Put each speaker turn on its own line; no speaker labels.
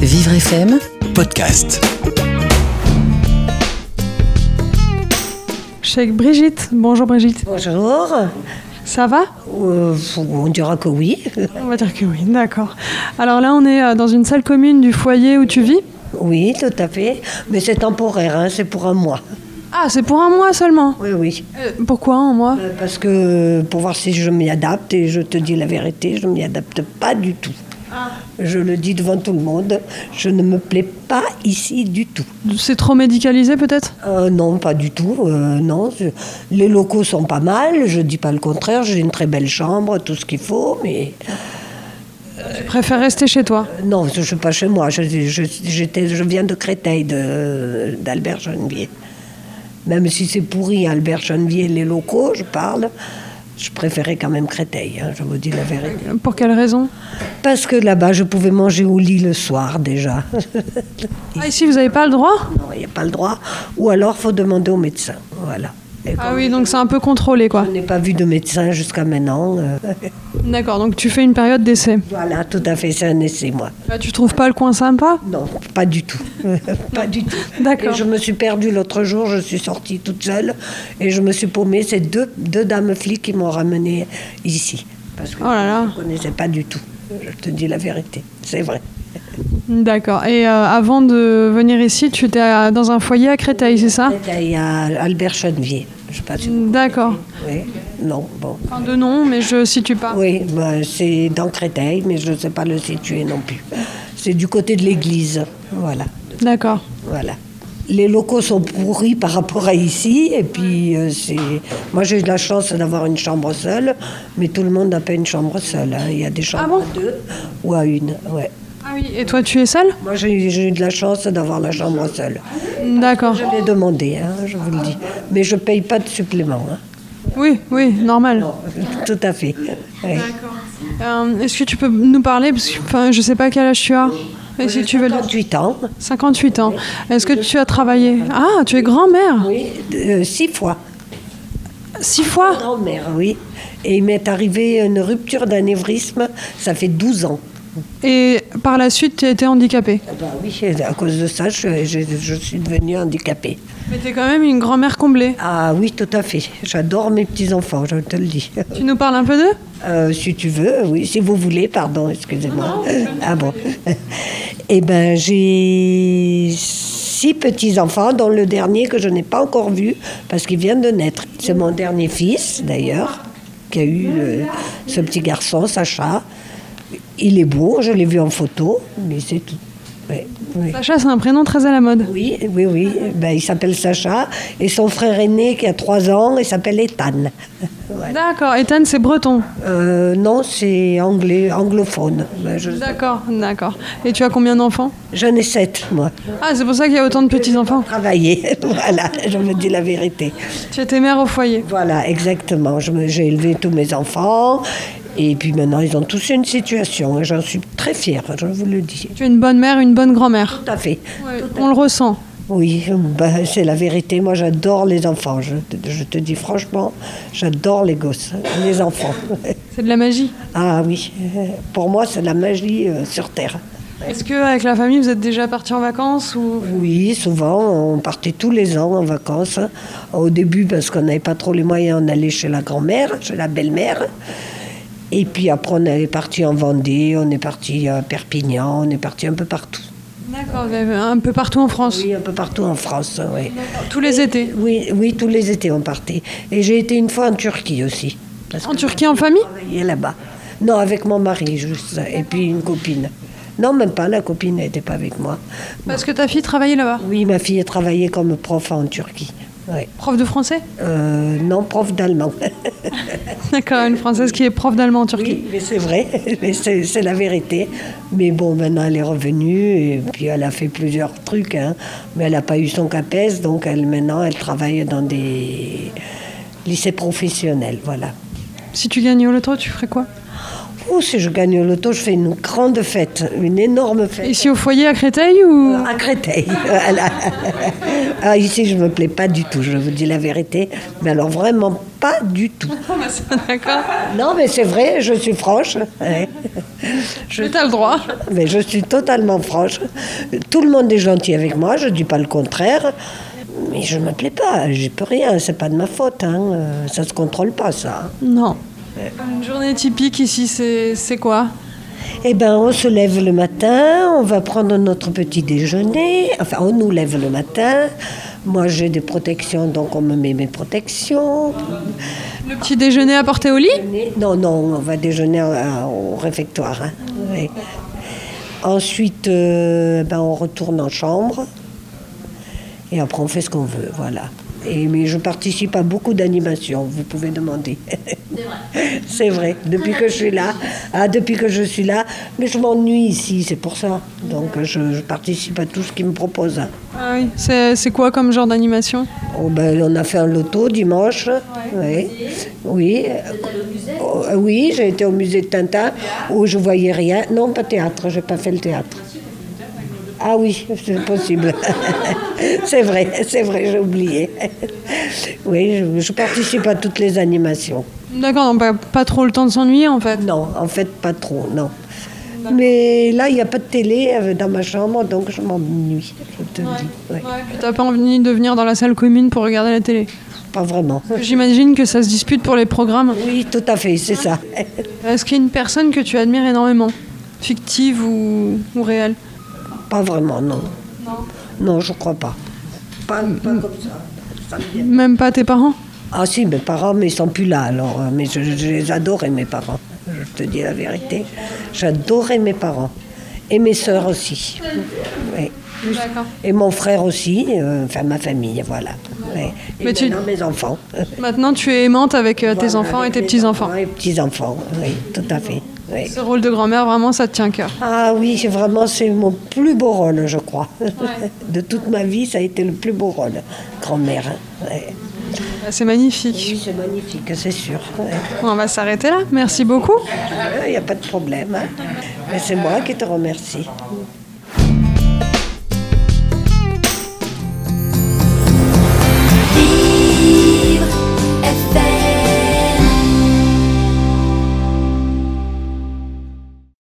Vivre FM
Podcast.
Je suis avec Brigitte. Bonjour Brigitte.
Bonjour,
Ça va
Euh, on dira que oui.
On va dire que oui, d'accord. Alors là, on est euh, dans une salle commune du foyer où tu vis.
Oui, tout à fait. Mais c'est temporaire, hein, c'est pour un mois.
Ah, c'est pour un mois seulement.
Oui, oui.
Euh, Pourquoi un mois
Euh, Parce que pour voir si je m'y adapte, et je te dis la vérité, je ne m'y adapte pas du tout. Je le dis devant tout le monde, je ne me plais pas ici du tout.
C'est trop médicalisé peut-être
Euh, non, pas du tout. euh, non, Je- les locaux sont pas mal, je dis pas le contraire, j'ai une très belle chambre, tout ce qu'il faut, mais
Tu préfères rester chez toi.
non, je ne suis pas chez moi. Je, je- j'étais- je viens de Créteil, de- d'Albert Genevier. Même si c'est pourri, Albert Genevier, les locaux, je parle, je préférais quand même Créteil, hein, je vous dis la vérité.
Pour quelle raison
Parce que là-bas, je pouvais manger au lit le soir déjà.
Ah, ici, vous n'avez pas le droit
Non, Il n'y a pas le droit. Ou alors, faut demander au médecin. Voilà. Et
Ah
comme
oui, donc c'est un peu contrôlé quoi.
Je n'ai pas vu de médecin jusqu'à maintenant. euh,
D'accord, donc tu fais une période d'essai.
voilà, tout à fait, c'est un essai, moi.
Bah, tu trouves pas le coin sympa
Non, pas du tout. pas du tout.
D'accord.
Et je me suis perdue l'autre jour, je suis sortie toute seule et je me suis paumée. C'est deux, deux dames flics qui m'ont ramenée ici. Parce que
Oh là là.
je ne connaissais pas du tout. Je te dis la vérité, c'est vrai.
D'accord. Et euh, avant de venir ici, tu étais à- dans un foyer à Créteil, c'est ça
C'était Il y a Albert Chenevier. Je sais pas si vous-
D'accord.
Oui, non, bon.
Enfin, de nom, mais je situe pas.
Oui, ben, c'est dans Créteil, mais je ne sais pas le situer non plus. C'est du côté de l'église. Voilà.
D'accord.
Voilà. Les locaux sont pourris par rapport à ici. Et puis, euh, c'est... moi, j'ai eu de la chance d'avoir une chambre seule, mais tout le monde n'a pas une chambre seule. hein. Il y a des chambres
bon
à deux ou à une. Ouais.
Ah oui, et toi, tu es seule
Moi, j'ai, eu- j'ai eu de la chance d'avoir la chambre seule.
D'accord.
Je l'ai demandé, hein, je vous le dis. Mais je ne paye pas de supplément. hein.
Oui, oui, normal.
Tout à fait. Ouais.
Euh, Est-ce que tu peux nous parler Parce que enfin, je sais pas quel âge tu as. Et si
J'ai
tu veux le-
58 ans,
58 ans. Est-ce que tu as travaillé Ah, tu es grand-mère
oui, euh, six fois.
Six fois
Grand-mère, oui. Et il m'est arrivé une rupture d'anévrisme, ça fait 12 ans.
Et par la suite, tu as été handicapée.
Ah bah oui, et à cause de ça, je, je- je suis devenue handicapée.
Mais tu es quand même une grand-mère comblée.
Ah oui, tout à fait. J'adore mes petits-enfants, je te le dis.
Tu nous parles un peu d'eux
Euh, si tu veux, oui, si vous voulez, pardon, excusez-moi. Ah bon. Eh ben, j'ai six petits-enfants, dont le dernier que je n'ai pas encore vu, parce qu'il vient de naître. C'est mon dernier fils, d'ailleurs, qui a eu euh, ce petit garçon, Sacha. Il est beau, je l'ai vu en photo, mais c'est tout. Ouais, ouais.
Sacha, c'est un prénom très à la mode.
Oui, oui, oui. Ben, il s'appelle Sacha et son frère aîné qui a trois ans, il s'appelle Ethan. Voilà.
D'accord, Ethan, c'est breton.
Euh, non, c'est anglais, anglophone. Ben, je-
D'accord, d'accord. Et tu as combien d'enfants
J'en ai sept, moi.
Ah, c'est pour ça qu'il y a autant de petits-enfants.
Travailler, voilà, je me dis la vérité.
Tu étais mère au foyer.
Voilà, exactement. Je me- J'ai élevé tous mes enfants et puis maintenant ils ont tous une situation et j'en suis très fière, je vous le dis.
Tu es une bonne mère, une bonne grand-mère.
Tout à fait.
On le ressent.
Oui, ben, c'est la vérité. Moi, j'adore les enfants. Je, te- je te dis franchement, j'adore les gosses, les enfants.
C'est de la magie.
Ah oui, euh, pour moi c'est la magie euh, sur Terre.
Est-ce que avec la famille vous êtes déjà parti en vacances ou
Oui, souvent on partait tous les ans en vacances. hein. Au début parce qu'on n'avait pas trop les moyens, on allait chez la grand-mère, chez la belle-mère. Et puis après on est parti en Vendée, on est parti à Perpignan, on est parti un peu partout.
D'accord, vous avez un peu partout en France,
Oui, un peu partout en France, oui.
tous les étés.
Oui, oui, tous les étés on partait. Et j'ai été une fois en Turquie aussi. Parce
En Turquie en famille
travaillais là-bas. Non, avec mon mari juste, et puis une copine. Non, même pas, la copine n'était pas avec moi.
Parce que ta fille travaillait là-bas.
Oui, ma fille a travaillé comme prof en Turquie. Ouais.
Prof de français
Euh, non, prof d'allemand.
D'accord, une française qui est prof d'allemand en Turquie.
Oui, mais c'est vrai, mais c'est c'est la vérité. Mais bon, maintenant elle est revenue et puis elle a fait plusieurs trucs, hein. mais elle n'a pas eu son CAPES, donc elle, maintenant elle travaille dans des lycées professionnels. Voilà.
Si tu gagnes au loto, tu ferais quoi
Oh, si je gagne au loto, je fais une grande fête, une énorme fête.
Ici au foyer à Créteil ou
À Créteil. Voilà. Ah, ici, je ne me plais pas du tout, je vous dis la vérité. Mais alors, vraiment pas du tout.
D'accord.
Non, mais c'est vrai, je suis franche. Ouais.
Je t'as le droit.
hein. Mais je suis totalement franche. Tout le monde est gentil avec moi, je ne dis pas le contraire. Mais je ne me plais pas, j'y peux rien, c'est pas de ma faute. Hein. Euh, Ça se contrôle pas, ça.
Non. Une journée typique ici, c'est c'est quoi
Eh ben, on se lève le matin, on va prendre notre petit déjeuner. Enfin, on nous lève le matin. Moi, j'ai des protections, donc on me met mes protections.
Le petit déjeuner apporté au lit
Non, non, on va déjeuner à- au réfectoire. hein. Oui. Ensuite, euh, ben, on retourne en chambre. Et après, on fait ce qu'on veut, voilà. Et, mais je participe à beaucoup d'animations, vous pouvez demander. C'est vrai. Depuis que je suis là, ah, depuis que je suis là, mais je m'ennuie ici, c'est pour ça. Donc je, je participe à tout ce qu'ils me proposent.
Ah oui. C'est c'est quoi comme genre d'animation
Oh, ben, on a fait un loto dimanche. Oui. Oui. Oh, euh, oui, j'ai été au musée de Tintin où je voyais rien. Non, pas théâtre, j'ai pas fait le théâtre. Ah oui, c'est possible. c'est vrai, c'est vrai, j'ai oublié. Oui, je, je participe à toutes les animations.
D'accord, donc pas, pas trop le temps de s'ennuyer en fait.
Non, en fait, pas trop, non. Mais là, il n'y a pas de télé euh, dans ma chambre, donc je m'ennuie, je te le dis. Ouais.
Ouais, puis t'as pas envie de venir dans la salle commune pour regarder la télé.
Pas vraiment.
J'imagine que ça se dispute pour les programmes.
Oui, tout à fait, c'est ça.
Est-ce qu'il y a une personne que tu admires énormément Fictive ou, ou réelle
Pas vraiment, non. Non, je crois pas. Pas, pas comme ça. Ça me vient.
Même pas tes parents
Ah si, mes parents, mais ils sont plus là alors. euh, Mais je, je les adorais, mes parents. Je te dis la vérité. J'adorais mes parents. Et mes sœurs aussi. Oui.
D'accord.
Et mon frère aussi. euh, enfin, ma famille, voilà. Oui. Et
Mais tu-
maintenant, mes enfants.
Maintenant, tu es aimante avec euh, tes
Voilà,
enfants et
avec
tes
mes
petits-enfants.
Et petits-enfants, oui, tout à fait. oui.
Ce rôle de grand-mère, vraiment, ça te tient à cœur.
Ah oui, c'est vraiment, c'est mon plus beau rôle, je crois. De toute ma vie, ça a été le plus beau rôle, grand-mère. hein. Ouais.
Ah, C'est magnifique.
Oui, c'est magnifique, c'est sûr.
On va s'arrêter là. Merci beaucoup.
Il n'y a pas de problème. hein. Mais c'est moi qui te remercie.